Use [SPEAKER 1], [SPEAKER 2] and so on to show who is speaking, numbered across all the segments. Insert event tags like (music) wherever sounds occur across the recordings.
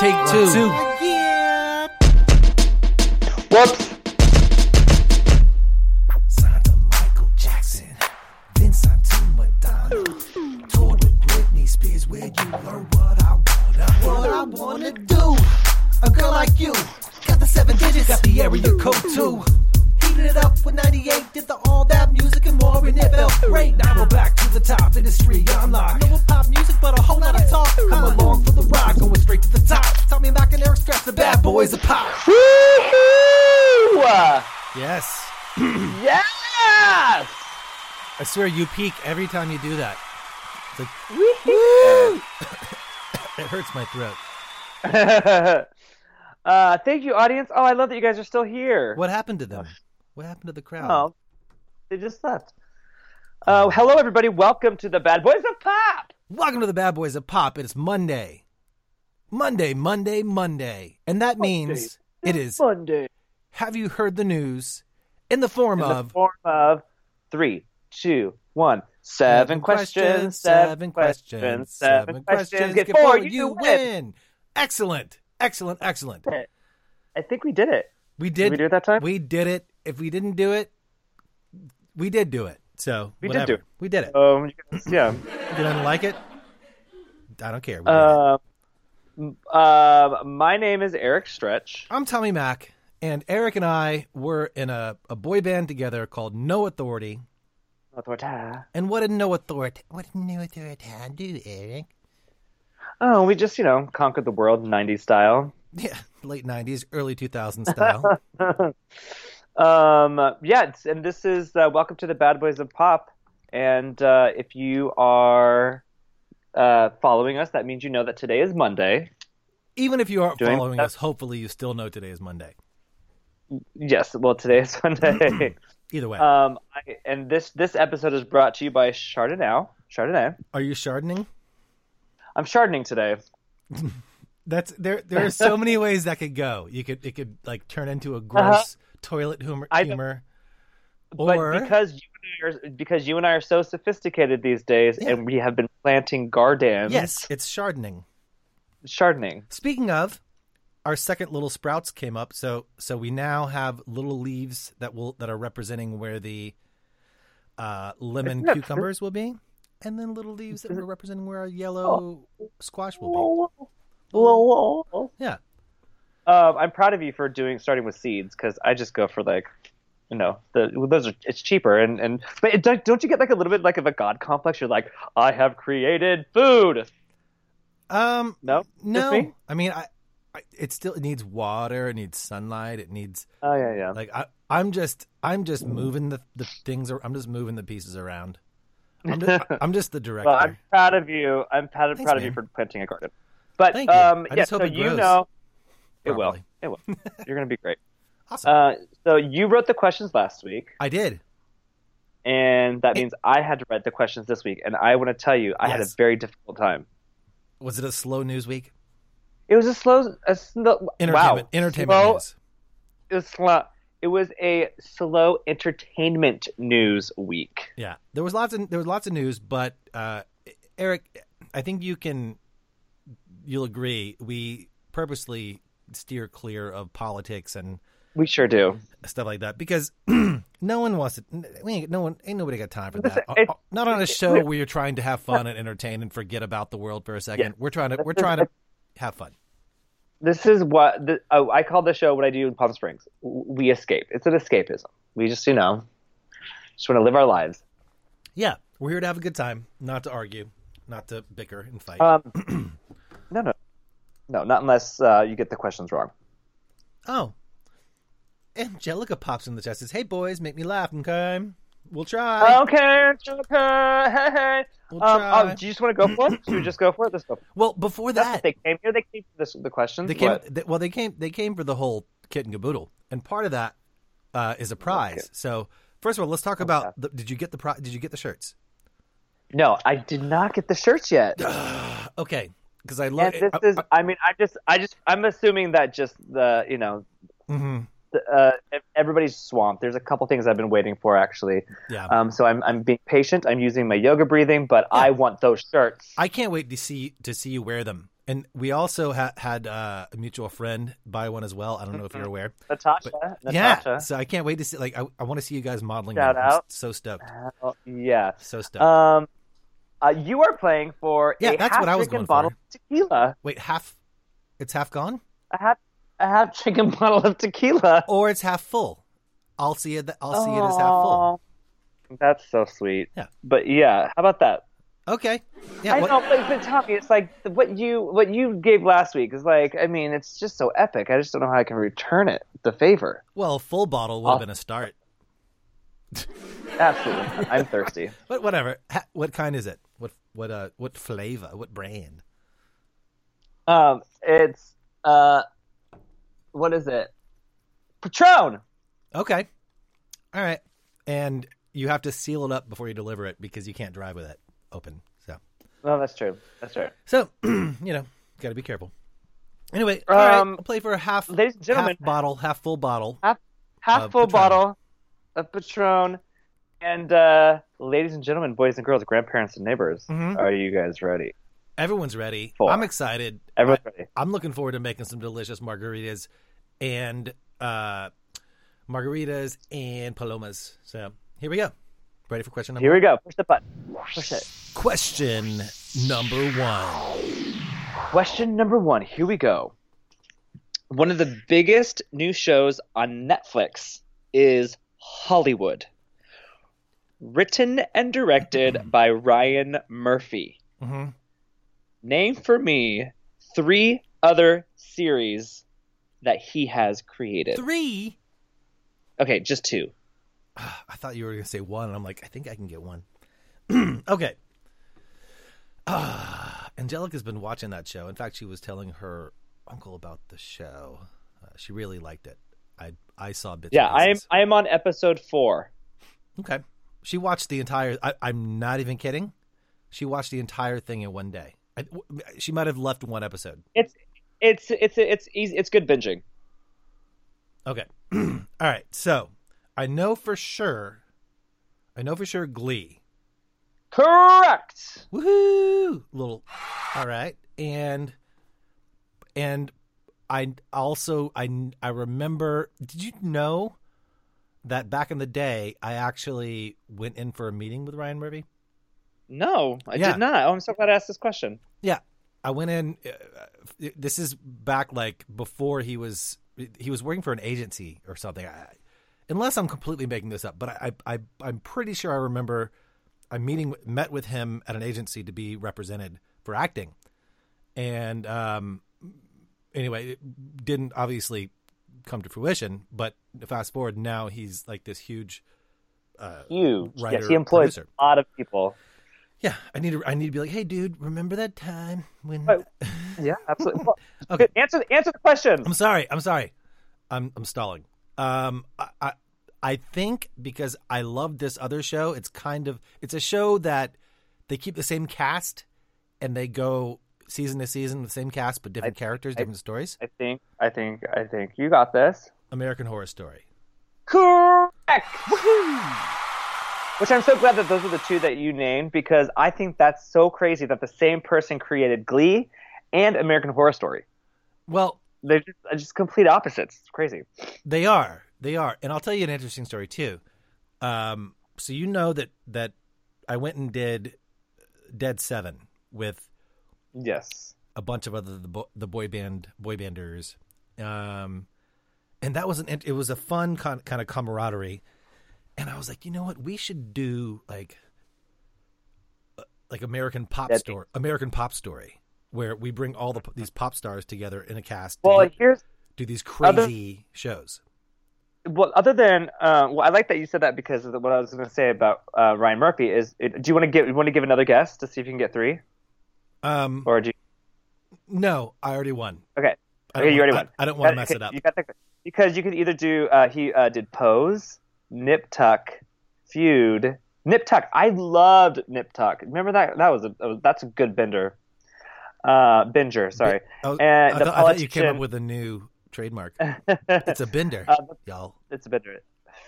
[SPEAKER 1] Take two.
[SPEAKER 2] Whoops.
[SPEAKER 3] Signed to Michael Jackson, then signed to Madonna. Toured with Britney Spears, where you learn what I wanna, what I wanna do. A girl like you got the seven digits, got the area code too. Heated it up with 98, did the all that music and more, and it felt great. Now we're back to the top industry, unlocked. No pop music, but a whole lot of talk. Come along for the ride, going straight to the top. Tommy Mac and Eric Straps, the bad boys of pop.
[SPEAKER 2] Woohoo!
[SPEAKER 1] Yes.
[SPEAKER 2] Yes!
[SPEAKER 1] I swear you peak every time you do that. It's like, it hurts my throat.
[SPEAKER 2] (laughs) uh, thank you, audience. Oh, I love that you guys are still here.
[SPEAKER 1] What happened to them? What happened to the crowd?
[SPEAKER 2] Oh, they just left. Uh, hello, everybody. Welcome to the Bad Boys of Pop.
[SPEAKER 1] Welcome to the Bad Boys of Pop. It is Monday. Monday, Monday, Monday. And that means it is
[SPEAKER 2] Monday.
[SPEAKER 1] Have You Heard the News in the form
[SPEAKER 2] In the
[SPEAKER 1] of
[SPEAKER 2] form of three, two, one. Seven questions. Seven questions. Seven questions. Get four. You win.
[SPEAKER 1] Excellent. Excellent. Excellent.
[SPEAKER 2] I think we did it.
[SPEAKER 1] We did,
[SPEAKER 2] we do it that time?
[SPEAKER 1] We did it. If we didn't do it, we did do it. So
[SPEAKER 2] We did
[SPEAKER 1] whatever.
[SPEAKER 2] do it.
[SPEAKER 1] We did it.
[SPEAKER 2] Um, yeah.
[SPEAKER 1] If you don't like it, I don't care. We did it.
[SPEAKER 2] Um, uh, my name is Eric Stretch.
[SPEAKER 1] I'm Tommy Mack, and Eric and I were in a, a boy band together called No Authority.
[SPEAKER 2] ah.
[SPEAKER 1] And what did No Authority? What did No Authority do, Eric?
[SPEAKER 2] Oh, we just, you know, conquered the world 90s style.
[SPEAKER 1] Yeah, late '90s, early 2000s
[SPEAKER 2] (laughs)
[SPEAKER 1] style.
[SPEAKER 2] Um, yeah, it's- and this is uh, Welcome to the Bad Boys of Pop. And uh, if you are uh, following us, that means you know that today is Monday.
[SPEAKER 1] Even if you aren't
[SPEAKER 2] Doing
[SPEAKER 1] following
[SPEAKER 2] that-
[SPEAKER 1] us, hopefully you still know today is Monday.
[SPEAKER 2] Yes, well, today is (laughs)
[SPEAKER 1] (laughs)
[SPEAKER 2] Monday.
[SPEAKER 1] Either way,
[SPEAKER 2] um, I, and this this episode is brought to you by Chardonnay. Chardonnay.
[SPEAKER 1] are you chardonning?
[SPEAKER 2] I'm Chardonning today.
[SPEAKER 1] That's there. There are so many ways that could go. You could it could like turn into a gross toilet humor.
[SPEAKER 2] Uh-huh. I don't-
[SPEAKER 1] humor.
[SPEAKER 2] but
[SPEAKER 1] Or
[SPEAKER 2] because you and I are, because you and I are so sophisticated these days,
[SPEAKER 1] Yeah.
[SPEAKER 2] and we have been planting gardens.
[SPEAKER 1] yes, it's chardonning.
[SPEAKER 2] Chardonning.
[SPEAKER 1] Speaking of, our second little sprouts came up, so so we now have little leaves that will that are representing where the uh, lemon
[SPEAKER 2] Isn't that
[SPEAKER 1] cucumbers will be, and then little leaves that are representing where our yellow
[SPEAKER 2] Oh.
[SPEAKER 1] squash will be. Yeah,
[SPEAKER 2] Um, I'm proud of you for doing starting with seeds because I just go for like, you know, the well, those are it's cheaper and and but it, don't don't you get like a little bit like of a god complex? You're like, I have created food.
[SPEAKER 1] um,
[SPEAKER 2] No, Just
[SPEAKER 1] no,
[SPEAKER 2] me?
[SPEAKER 1] I mean, I, I it still it needs water, it needs sunlight, it needs
[SPEAKER 2] Oh yeah, yeah.
[SPEAKER 1] like I I'm just I'm just moving the the things ar- I'm just moving the pieces around. I'm
[SPEAKER 2] (laughs)
[SPEAKER 1] just, I'm just the director.
[SPEAKER 2] Well, I'm proud of you. I'm proud,
[SPEAKER 1] Thanks,
[SPEAKER 2] proud of
[SPEAKER 1] man.
[SPEAKER 2] you for planting a garden. But
[SPEAKER 1] Thank you.
[SPEAKER 2] um,
[SPEAKER 1] I
[SPEAKER 2] yeah,
[SPEAKER 1] just hope
[SPEAKER 2] so
[SPEAKER 1] it
[SPEAKER 2] you
[SPEAKER 1] grows
[SPEAKER 2] know, it will.
[SPEAKER 1] properly. (laughs)
[SPEAKER 2] It will. You're gonna be great.
[SPEAKER 1] awesome.
[SPEAKER 2] Uh, so you wrote the questions last week,
[SPEAKER 1] I did.
[SPEAKER 2] and that means I had to write the questions this week. And I want to tell you, I had a
[SPEAKER 1] Yes.
[SPEAKER 2] very difficult time.
[SPEAKER 1] Was it a slow news week?
[SPEAKER 2] It was a slow, a slow
[SPEAKER 1] Entertainment,
[SPEAKER 2] wow,
[SPEAKER 1] entertainment
[SPEAKER 2] slow,
[SPEAKER 1] news.
[SPEAKER 2] It was slow. It was a slow entertainment news week.
[SPEAKER 1] Yeah, there was lots of there was lots of news, but uh, Eric, I think you can you'll agree we purposely steer clear of politics and
[SPEAKER 2] We sure do.
[SPEAKER 1] stuff like that because (clears throat) no one wants to. We ain't, no one ain't nobody got time for that. Uh,
[SPEAKER 2] Listen, it-
[SPEAKER 1] Not on a show where you're trying to have fun and entertain and forget about the world for a second.
[SPEAKER 2] Yeah.
[SPEAKER 1] We're trying to we're trying to have fun.
[SPEAKER 2] This is what the, oh, I call the show. What I do in Palm Springs, we escape. It's an escapism. We just, you know, just want to live our lives.
[SPEAKER 1] Yeah, we're here to have a good time, not to argue, not to bicker and fight.
[SPEAKER 2] Um,
[SPEAKER 1] (clears throat)
[SPEAKER 2] no, no, no, not unless uh, you get the questions wrong.
[SPEAKER 1] Oh. Angelica pops in the chat says, Hey boys, make me laugh, okay? We'll try.
[SPEAKER 2] Okay, Joker. Hey, hey.
[SPEAKER 1] We'll
[SPEAKER 2] Um,
[SPEAKER 1] try.
[SPEAKER 2] um, do you just want to go for it? Should we just go for it? Let's go.
[SPEAKER 1] Well, before
[SPEAKER 2] That's what
[SPEAKER 1] that,
[SPEAKER 2] they came here. They came for this, the questions.
[SPEAKER 1] they came.
[SPEAKER 2] What?
[SPEAKER 1] They, well, they came. They came for the whole kit and caboodle, and part of that uh, is a prize. So, first of all, let's
[SPEAKER 2] Oh,
[SPEAKER 1] talk about. The, did you get the pri- Did you get the shirts?
[SPEAKER 2] No, I did not get the
[SPEAKER 1] (sighs)
[SPEAKER 2] shirts yet.
[SPEAKER 1] Okay, because I
[SPEAKER 2] And
[SPEAKER 1] love.
[SPEAKER 2] this is, I mean, I just, I just, I'm assuming that just the, you know,
[SPEAKER 1] Mm-hmm.
[SPEAKER 2] the, uh, ev- everybody's swamped. There's a couple things I've been waiting for actually.
[SPEAKER 1] Yeah.
[SPEAKER 2] Um, so I'm, I'm being patient. I'm using my yoga breathing, but I want those shirts.
[SPEAKER 1] I can't wait to see to see you wear them. And we also ha- had uh, a mutual friend buy one as well. I don't know if you're aware.
[SPEAKER 2] Natasha, Mm-hmm. Natasha.
[SPEAKER 1] Yeah. So I can't wait to see. Like, I, I want to see you guys modeling.
[SPEAKER 2] Shout
[SPEAKER 1] them. I'm s-
[SPEAKER 2] out.
[SPEAKER 1] so stoked.
[SPEAKER 2] Oh, yeah.
[SPEAKER 1] So stoked.
[SPEAKER 2] Um, uh, you are playing for
[SPEAKER 1] Yeah,
[SPEAKER 2] a
[SPEAKER 1] that's
[SPEAKER 2] half
[SPEAKER 1] what I was going
[SPEAKER 2] chicken
[SPEAKER 1] for.
[SPEAKER 2] bottle of tequila.
[SPEAKER 1] Wait, half. It's half gone,
[SPEAKER 2] A half, a half chicken (laughs) bottle of tequila.
[SPEAKER 1] or it's half full. I'll see it. I'll Oh, see it as half full.
[SPEAKER 2] Aw, That's so sweet.
[SPEAKER 1] Yeah.
[SPEAKER 2] But yeah, how about that?
[SPEAKER 1] Okay. Yeah.
[SPEAKER 2] I
[SPEAKER 1] well-
[SPEAKER 2] know, but, but Tommy, it's like the- what you what you gave last week is like. I mean, it's just so epic. I just don't know how I can return it. The favor,
[SPEAKER 1] Well, a full bottle would have been a start.
[SPEAKER 2] absolutely. not.
[SPEAKER 1] (laughs)
[SPEAKER 2] I'm thirsty.
[SPEAKER 1] But whatever. Ha- what kind is it? What what uh what flavor? What brand?
[SPEAKER 2] Um, it's uh, what is it? Patron.
[SPEAKER 1] Okay. All right. And you have to seal it up before you deliver it because you can't drive with it open. So
[SPEAKER 2] Well, Oh, that's true. That's true.
[SPEAKER 1] so (clears throat) you know got to be careful. Anyway, all right,
[SPEAKER 2] Um,
[SPEAKER 1] I'll play for a half,
[SPEAKER 2] ladies and gentlemen-
[SPEAKER 1] half bottle, half full bottle.
[SPEAKER 2] Half half
[SPEAKER 1] Of
[SPEAKER 2] full
[SPEAKER 1] Uh, Patron.
[SPEAKER 2] bottle of Patron. And uh, ladies and gentlemen, boys and girls, grandparents and neighbors,
[SPEAKER 1] Mm-hmm.
[SPEAKER 2] are you guys ready?
[SPEAKER 1] Everyone's ready.
[SPEAKER 2] Full.
[SPEAKER 1] I'm excited.
[SPEAKER 2] Everyone's
[SPEAKER 1] I,
[SPEAKER 2] ready.
[SPEAKER 1] I'm looking forward to making some delicious margaritas and uh margaritas and palomas. So here we go. Ready for question number
[SPEAKER 2] Here we go. Push the button. Push it.
[SPEAKER 1] Question number one.
[SPEAKER 2] Question number one. Here we go. One of the biggest new shows on Netflix is Hollywood, written and directed by Ryan Murphy.
[SPEAKER 1] Mhm.
[SPEAKER 2] Name for me three other series that he has created.
[SPEAKER 1] Three.
[SPEAKER 2] Okay, just two.
[SPEAKER 1] I thought you were going to say one. And I'm like, I think I can get one. (clears throat) okay. Ah, Angelica's been watching that show. In fact, she was telling her uncle about the show. Uh, she really liked it. I I saw bits.
[SPEAKER 2] Yeah,
[SPEAKER 1] and
[SPEAKER 2] I am.
[SPEAKER 1] pieces.
[SPEAKER 2] I am on episode four.
[SPEAKER 1] Okay. She watched the entire. I, I'm not even kidding. She watched the entire thing in one day. I, w- she might have left one episode.
[SPEAKER 2] It's it's it's it's easy. It's good binging.
[SPEAKER 1] Okay. (clears throat) All right. So I know for sure. I know for sure Glee.
[SPEAKER 2] Correct.
[SPEAKER 1] Woohoo! Little. All right. And and I also I I remember. Did you know that back in the day I actually went in for a meeting with Ryan Murphy?
[SPEAKER 2] No, I
[SPEAKER 1] Yeah.
[SPEAKER 2] did not. Oh, I'm so glad I asked this question.
[SPEAKER 1] Yeah, I went in. Uh, this is back like before he was he was working for an agency or something. I, unless I'm completely making this up, but I, I I'm pretty sure I remember I meeting met with him at an agency to be represented for acting, and um, anyway, it didn't obviously come to fruition. But fast forward now, he's like this huge.
[SPEAKER 2] Huge.
[SPEAKER 1] Writer,
[SPEAKER 2] yes, he employs
[SPEAKER 1] producer.
[SPEAKER 2] a lot of people.
[SPEAKER 1] Yeah, I need to. I need to be like, hey, dude, remember that time when?
[SPEAKER 2] Yeah,
[SPEAKER 1] (laughs)
[SPEAKER 2] absolutely. Well,
[SPEAKER 1] Okay.
[SPEAKER 2] good. Answer answer the question.
[SPEAKER 1] I'm sorry. I'm sorry. I'm I'm stalling. Um, I, I I think because I love this other show. It's kind of it's a show that they keep the same cast and they go season to season with the same cast but different characters, different stories.
[SPEAKER 2] I think I think I think you got this.
[SPEAKER 1] American Horror Story.
[SPEAKER 2] Correct. Which I'm so glad that those are the two that you named because I think that's so crazy that the same person created Glee and American Horror Story.
[SPEAKER 1] Well,
[SPEAKER 2] They're just, they're just complete opposites. It's crazy.
[SPEAKER 1] They are. They are. And I'll tell you an interesting story too. Um, so you know that that I went and did Dead Seven with
[SPEAKER 2] Yes.
[SPEAKER 1] a bunch of other the, bo- the boy band boy banders, um, and that was an int- it was a fun con- kind of camaraderie. And I was like, you know what, we should do like uh, like American pop
[SPEAKER 2] That'd be-
[SPEAKER 1] story, American pop story, where we bring all the these pop stars together in a cast.
[SPEAKER 2] Well,
[SPEAKER 1] to do,
[SPEAKER 2] here's
[SPEAKER 1] do these
[SPEAKER 2] other-
[SPEAKER 1] crazy shows.
[SPEAKER 2] well, other than uh, well, I like that you said that because of the, what I was going to say about uh, Ryan Murphy is. It, do you want to give want to give another guess to see if you can get three,
[SPEAKER 1] Um,
[SPEAKER 2] or do you?
[SPEAKER 1] no, I already won.
[SPEAKER 2] Okay.
[SPEAKER 1] I don't
[SPEAKER 2] Okay, you
[SPEAKER 1] want-
[SPEAKER 2] already
[SPEAKER 1] I-
[SPEAKER 2] won.
[SPEAKER 1] I don't wanna
[SPEAKER 2] Got
[SPEAKER 1] mess
[SPEAKER 2] okay,
[SPEAKER 1] it up.
[SPEAKER 2] You got that, because you could either do uh, he uh, did pose, nip tuck, feud, nip tuck. I loved nip tuck. Remember that that was a that was- that's a good bender. Uh, binger, sorry.
[SPEAKER 1] I, was-
[SPEAKER 2] and
[SPEAKER 1] oh, I
[SPEAKER 2] uh, the
[SPEAKER 1] thought, I thought you came up
[SPEAKER 2] politician- Uh,
[SPEAKER 1] with a new
[SPEAKER 2] (laughs)
[SPEAKER 1] trademark. it's a bender, y'all.
[SPEAKER 2] it's a bit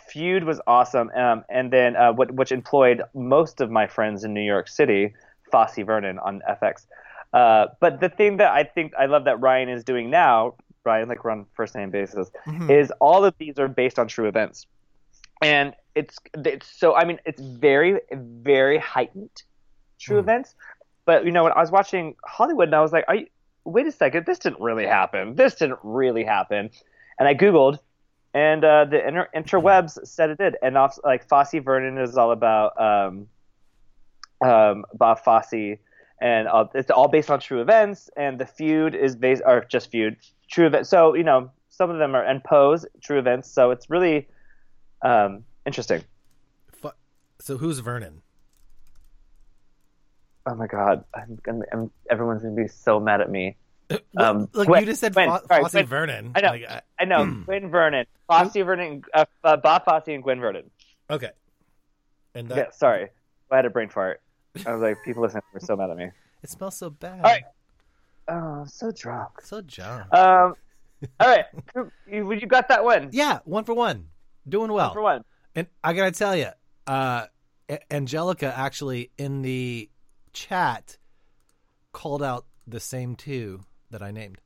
[SPEAKER 2] feud was awesome um, and then uh, what, which employed most of my friends in new york city fosse vernon on fx uh, but the thing that i think i love that ryan is doing now ryan like we're on first name basis is all of these are based on true events and it's it's so i mean it's very very heightened true events but you know when i was watching hollywood and i was like are you, wait a second this didn't really happen this didn't really happen and i googled and uh, the inter- interwebs said it did. And off, like Fosse Vernon is all about um, um, Bob Fosse, and uh, it's all based on true events. And the feud is based, or just feud, true events. So you know, some of them are and pose true events. So it's really um, interesting.
[SPEAKER 1] Fu- So who's Vernon?
[SPEAKER 2] Oh my god, I'm gonna, I'm, everyone's gonna be so mad
[SPEAKER 1] (coughs)
[SPEAKER 2] at me. Um,
[SPEAKER 1] Look,
[SPEAKER 2] Gwen-
[SPEAKER 1] you just said
[SPEAKER 2] Gwen,
[SPEAKER 1] Fo-
[SPEAKER 2] sorry,
[SPEAKER 1] Fosse Hmm.
[SPEAKER 2] Gwen.
[SPEAKER 1] Vernon.
[SPEAKER 2] I know,
[SPEAKER 1] Like, I-
[SPEAKER 2] I know. Gwen Vernon, Fosse Vernon, uh, uh, Bob Fosse, and Gwen Vernon.
[SPEAKER 1] okay. And that,
[SPEAKER 2] Yeah, sorry. I had a brain fart. I was like, people listening were so mad
[SPEAKER 1] (laughs)
[SPEAKER 2] at me.
[SPEAKER 1] it smells so bad.
[SPEAKER 2] All right. Oh, I'm so drunk.
[SPEAKER 1] So John.
[SPEAKER 2] Um, all right. You, you got that one.
[SPEAKER 1] yeah, one for one. Doing well.
[SPEAKER 2] For one.
[SPEAKER 1] And I gotta tell you, uh, A- Angelica actually in the chat called out the same two that I named,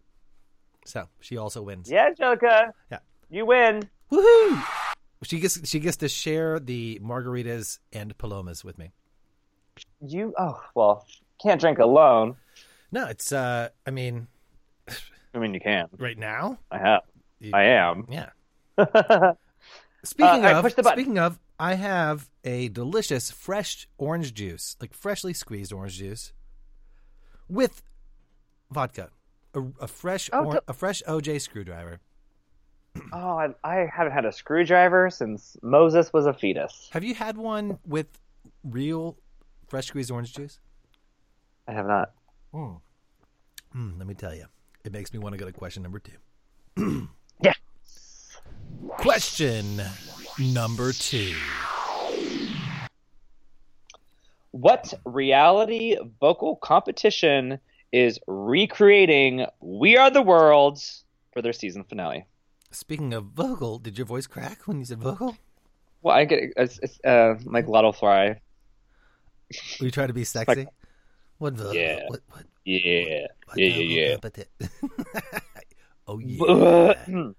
[SPEAKER 1] so she also wins.
[SPEAKER 2] Yeah, Angelica.
[SPEAKER 1] Yeah.
[SPEAKER 2] You win.
[SPEAKER 1] Woohoo! She gets she gets to share the margaritas and palomas with me.
[SPEAKER 2] You, oh, well, can't drink alone.
[SPEAKER 1] No, it's uh, I mean,
[SPEAKER 2] I mean, you can.
[SPEAKER 1] right now,
[SPEAKER 2] I have. I am.
[SPEAKER 1] yeah. speaking
[SPEAKER 2] Uh, all right,
[SPEAKER 1] of,
[SPEAKER 2] push the button.
[SPEAKER 1] speaking of, I have a delicious fresh orange juice, like freshly squeezed orange juice, with vodka, a, a fresh
[SPEAKER 2] Oh,
[SPEAKER 1] or,
[SPEAKER 2] del-
[SPEAKER 1] a fresh OJ screwdriver.
[SPEAKER 2] (laughs) Oh, I, I haven't had a screwdriver since Moses was a fetus.
[SPEAKER 1] Have you had one with real fresh squeezed orange juice?
[SPEAKER 2] I have not.
[SPEAKER 1] Mm, let me tell you, it makes me want to go to question number two.
[SPEAKER 2] (clears throat) Yeah.
[SPEAKER 1] Question number two.
[SPEAKER 2] What reality vocal competition is recreating We Are the World for their season finale?
[SPEAKER 1] Speaking of vocal, did your voice crack when you said vocal?
[SPEAKER 2] Well, I get it's, it's, uh, my glottal fry.
[SPEAKER 1] Were you trying to be sexy? What vocal?
[SPEAKER 2] Yeah.
[SPEAKER 1] What, what,
[SPEAKER 2] Yeah.
[SPEAKER 1] what
[SPEAKER 2] Yeah,
[SPEAKER 1] vocal
[SPEAKER 2] yeah, yeah.
[SPEAKER 1] competi- (laughs) oh yeah.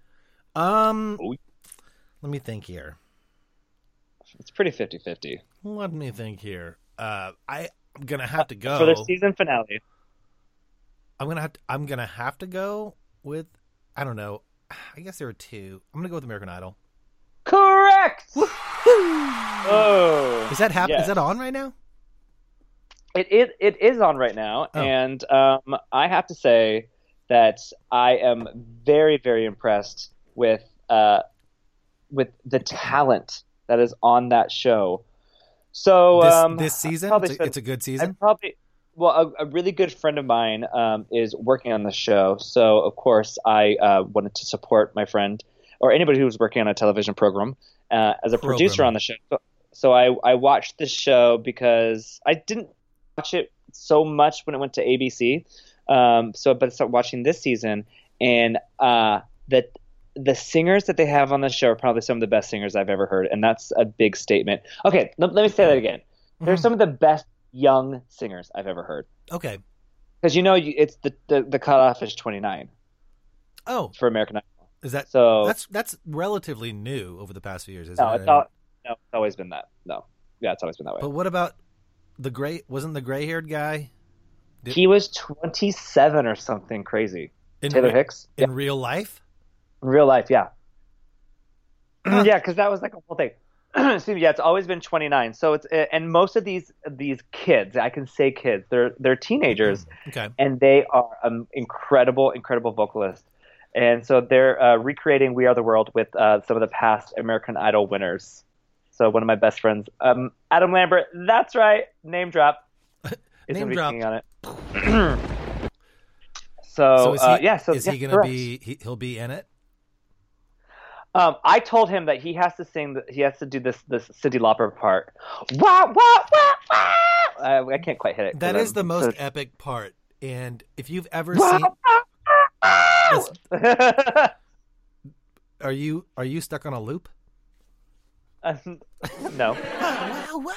[SPEAKER 1] Um.
[SPEAKER 2] Oh.
[SPEAKER 1] Let me think here.
[SPEAKER 2] It's pretty 50 50.
[SPEAKER 1] Let me think here. Uh, I, I'm gonna have to go.
[SPEAKER 2] For their season finale.
[SPEAKER 1] I'm gonna have to, I'm gonna have to go with I don't know. I guess there are two. I'm gonna go with American Idol.
[SPEAKER 2] Correct! oh.
[SPEAKER 1] Is that hap-
[SPEAKER 2] Yes.
[SPEAKER 1] Is that on right now?
[SPEAKER 2] It, it, it is on right now,
[SPEAKER 1] Oh.
[SPEAKER 2] and um, I have to say that I am very, very impressed with uh, with the talent that is on that show. So
[SPEAKER 1] this,
[SPEAKER 2] um,
[SPEAKER 1] this
[SPEAKER 2] I
[SPEAKER 1] season,
[SPEAKER 2] probably
[SPEAKER 1] it's a,
[SPEAKER 2] should-
[SPEAKER 1] it's a good
[SPEAKER 2] I
[SPEAKER 1] season.
[SPEAKER 2] probably well, a, a really good friend of mine um, is working on the show, so of course I uh, wanted to support my friend or anybody who was working on a television program uh, as a producer
[SPEAKER 1] Program.
[SPEAKER 2] on the show. So, so I I watched the show because I didn't watch it so much when it went to ABC. Um, so, but I started watching this season, and uh, the the singers that they have on the show are probably some of the best singers I've ever heard, and that's a big statement. Okay, let, let me say that again. They're some of the best young singers I've ever heard.
[SPEAKER 1] Okay.
[SPEAKER 2] Because you know, you, it's the, the the cutoff is twenty nine
[SPEAKER 1] Oh,
[SPEAKER 2] for American Idol.
[SPEAKER 1] is that
[SPEAKER 2] So-
[SPEAKER 1] That's that's relatively new over the past few years, isn't
[SPEAKER 2] Oh. No,
[SPEAKER 1] it?
[SPEAKER 2] it's all, no, it's always been that. No, yeah, it's always been that way.
[SPEAKER 1] But what about the gray? Wasn't the gray-haired guy
[SPEAKER 2] he was twenty seven or something crazy.
[SPEAKER 1] in
[SPEAKER 2] Taylor
[SPEAKER 1] re-
[SPEAKER 2] Hicks,
[SPEAKER 1] in real life?
[SPEAKER 2] In real life, yeah, yeah, because that was like a whole thing. (clears throat) Excuse me, yeah, it's always been 29. So it's and most of these these kids, I can say kids, they're they're teenagers,
[SPEAKER 1] Okay.
[SPEAKER 2] and they are um, incredible, incredible vocalists. And so they're uh, recreating We Are the World with uh, some of the past American Idol winners. So one of my best friends, um, Adam Lambert. That's right,
[SPEAKER 1] (laughs)
[SPEAKER 2] name drop. Is
[SPEAKER 1] Name
[SPEAKER 2] gonna be
[SPEAKER 1] drop.
[SPEAKER 2] singing on it.
[SPEAKER 1] (clears throat)
[SPEAKER 2] so,
[SPEAKER 1] so is he,
[SPEAKER 2] uh, yeah, so
[SPEAKER 1] is
[SPEAKER 2] yeah,
[SPEAKER 1] he gonna
[SPEAKER 2] correct.
[SPEAKER 1] be? He, he'll be in it.
[SPEAKER 2] Um, I told him that he has to sing. The, he has to do this this Cindy Lauper part. Wah wah wah wah. I, I can't quite hit it.
[SPEAKER 1] That
[SPEAKER 2] 'cause
[SPEAKER 1] is the
[SPEAKER 2] I'm
[SPEAKER 1] most
[SPEAKER 2] so-
[SPEAKER 1] epic part. And if you've ever
[SPEAKER 2] Wah,
[SPEAKER 1] seen,
[SPEAKER 2] wah, wah, wah. (laughs)
[SPEAKER 1] are you are you stuck on a loop?
[SPEAKER 2] Um, no.
[SPEAKER 1] Wow, wow.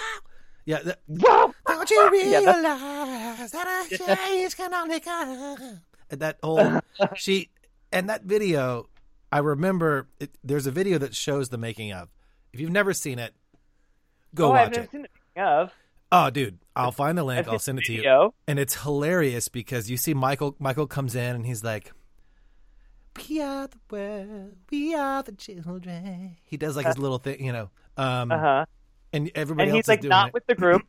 [SPEAKER 1] Yeah, that,
[SPEAKER 2] Wah, wah.
[SPEAKER 1] Don't you
[SPEAKER 2] Yeah,
[SPEAKER 1] realize
[SPEAKER 2] that's-
[SPEAKER 1] that a change can only come? And that
[SPEAKER 2] (laughs)
[SPEAKER 1] whole she and that video, I remember. It, there's a video that shows the making of. If you've never seen it, go
[SPEAKER 2] Oh, I've
[SPEAKER 1] watch
[SPEAKER 2] never
[SPEAKER 1] it.
[SPEAKER 2] seen the making of.
[SPEAKER 1] Oh, dude, I'll find the link.
[SPEAKER 2] I've
[SPEAKER 1] I'll
[SPEAKER 2] seen
[SPEAKER 1] send
[SPEAKER 2] the
[SPEAKER 1] it to you.
[SPEAKER 2] video.
[SPEAKER 1] And it's hilarious because you see Michael. Michael comes in and he's like, "We are the world. We are the children." He does like his little thing, you know. Um,
[SPEAKER 2] Uh huh.
[SPEAKER 1] And everybody
[SPEAKER 2] Uh, And
[SPEAKER 1] else
[SPEAKER 2] he's
[SPEAKER 1] is
[SPEAKER 2] like
[SPEAKER 1] doing
[SPEAKER 2] not
[SPEAKER 1] it.
[SPEAKER 2] with
[SPEAKER 1] (clears throat)
[SPEAKER 2] the group.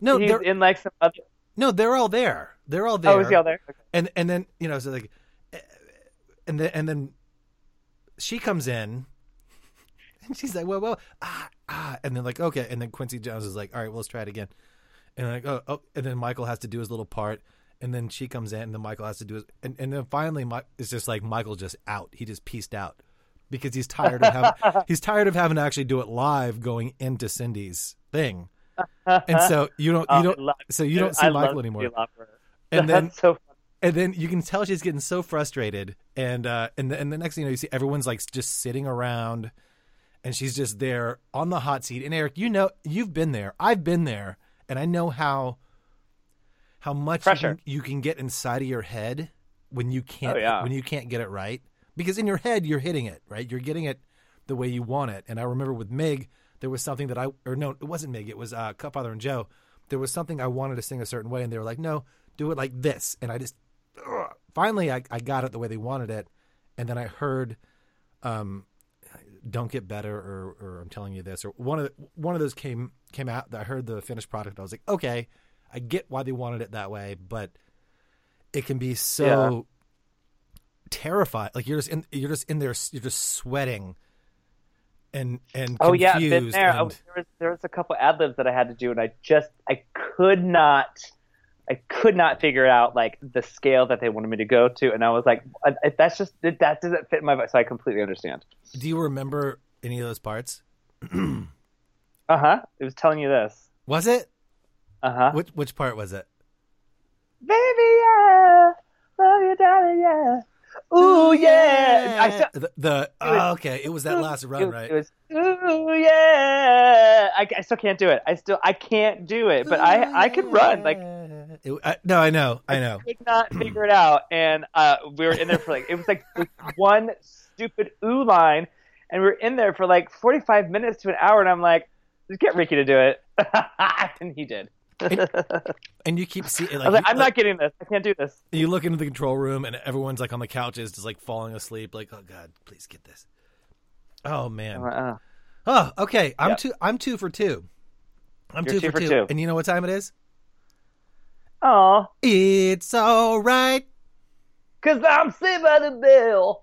[SPEAKER 1] no,
[SPEAKER 2] he's
[SPEAKER 1] they're,
[SPEAKER 2] in like some other.
[SPEAKER 1] no, they're all there. They're all there.
[SPEAKER 2] Oh, is he all there? Okay.
[SPEAKER 1] and and then you know so like eh, and then and then she comes in (laughs) and she's like whoa whoa ah ah and then like okay and then quincy jones is like all right well let's try it again and like oh, oh and then michael has to do his little part and then she comes in and then michael has to do his and, and then finally Mi- it's just like michael just out he just pieced out because he's tired of
[SPEAKER 2] (laughs)
[SPEAKER 1] having he's tired of having to actually do it live going into cindy's thing and so you don't
[SPEAKER 2] Oh, I
[SPEAKER 1] you don't
[SPEAKER 2] love-
[SPEAKER 1] so you don't see
[SPEAKER 2] I love
[SPEAKER 1] michael
[SPEAKER 2] Cindy
[SPEAKER 1] anymore
[SPEAKER 2] Lauper.
[SPEAKER 1] And then-
[SPEAKER 2] (laughs) That's so funny.
[SPEAKER 1] and then you can tell she's getting so frustrated and uh and the, and the next thing you know you see everyone's like just sitting around and she's just there on the hot seat and eric you know you've been there i've been there and i know how how much you
[SPEAKER 2] Pressure.
[SPEAKER 1] can, you can get inside of your head when you can't
[SPEAKER 2] Oh, yeah.
[SPEAKER 1] when you can't get it right because in your head you're hitting it right you're getting it the way you want it and i remember with mig there was something that i or no it wasn't mig it was uh cupfather and joe there was something i wanted to sing a certain way and they were like no do it like this and i just ugh. finally I, I got it the way they wanted it and then i heard um don't get better or, or I'm telling you this or one of the, one of those came came out that I heard the finished product I was like okay I get why they wanted it that way but it can be so
[SPEAKER 2] Yeah.
[SPEAKER 1] terrified like you're just in, you're just in there you're just sweating and and
[SPEAKER 2] Oh yeah, I've
[SPEAKER 1] confused
[SPEAKER 2] been there. I
[SPEAKER 1] and-
[SPEAKER 2] was- there, was, there was a couple ad libs that I had to do, and I just I could not, I could not figure out like the scale that they wanted me to go to, and I was like, I, I- that's just that that doesn't fit my. vi- So I completely understand.
[SPEAKER 1] do you remember any of those parts
[SPEAKER 2] Uh huh. It was telling you this.
[SPEAKER 1] was it
[SPEAKER 2] Uh huh.
[SPEAKER 1] which which part was it
[SPEAKER 2] Baby, yeah, love you, darling, yeah. Ooh Oh, yeah. I still-
[SPEAKER 1] the, the- oh, okay it was that last run
[SPEAKER 2] it, was-
[SPEAKER 1] right
[SPEAKER 2] It was ooh yeah. I, I still can't do it. I still I can't do it. But I I can run like
[SPEAKER 1] It- I- no I know I know
[SPEAKER 2] could not figure it out, and uh, we were in there for like it was like
[SPEAKER 1] (laughs)
[SPEAKER 2] this one stupid ooh line, and we were in there for like forty five minutes to an hour, and I'm like, just get Ricky to do it, (laughs) and he did. (laughs)
[SPEAKER 1] and you keep seeing
[SPEAKER 2] I was like, I'm not getting this. I can't do this.
[SPEAKER 1] you look into the control room and everyone's like on the couches just like falling asleep like oh god please get this oh
[SPEAKER 2] I'm
[SPEAKER 1] man
[SPEAKER 2] like, oh.
[SPEAKER 1] oh okay i'm
[SPEAKER 2] Yeah.
[SPEAKER 1] two i'm two for two i'm
[SPEAKER 2] You're
[SPEAKER 1] two for two. and you know what time it is it's all right
[SPEAKER 2] cause I'm saved by the bill.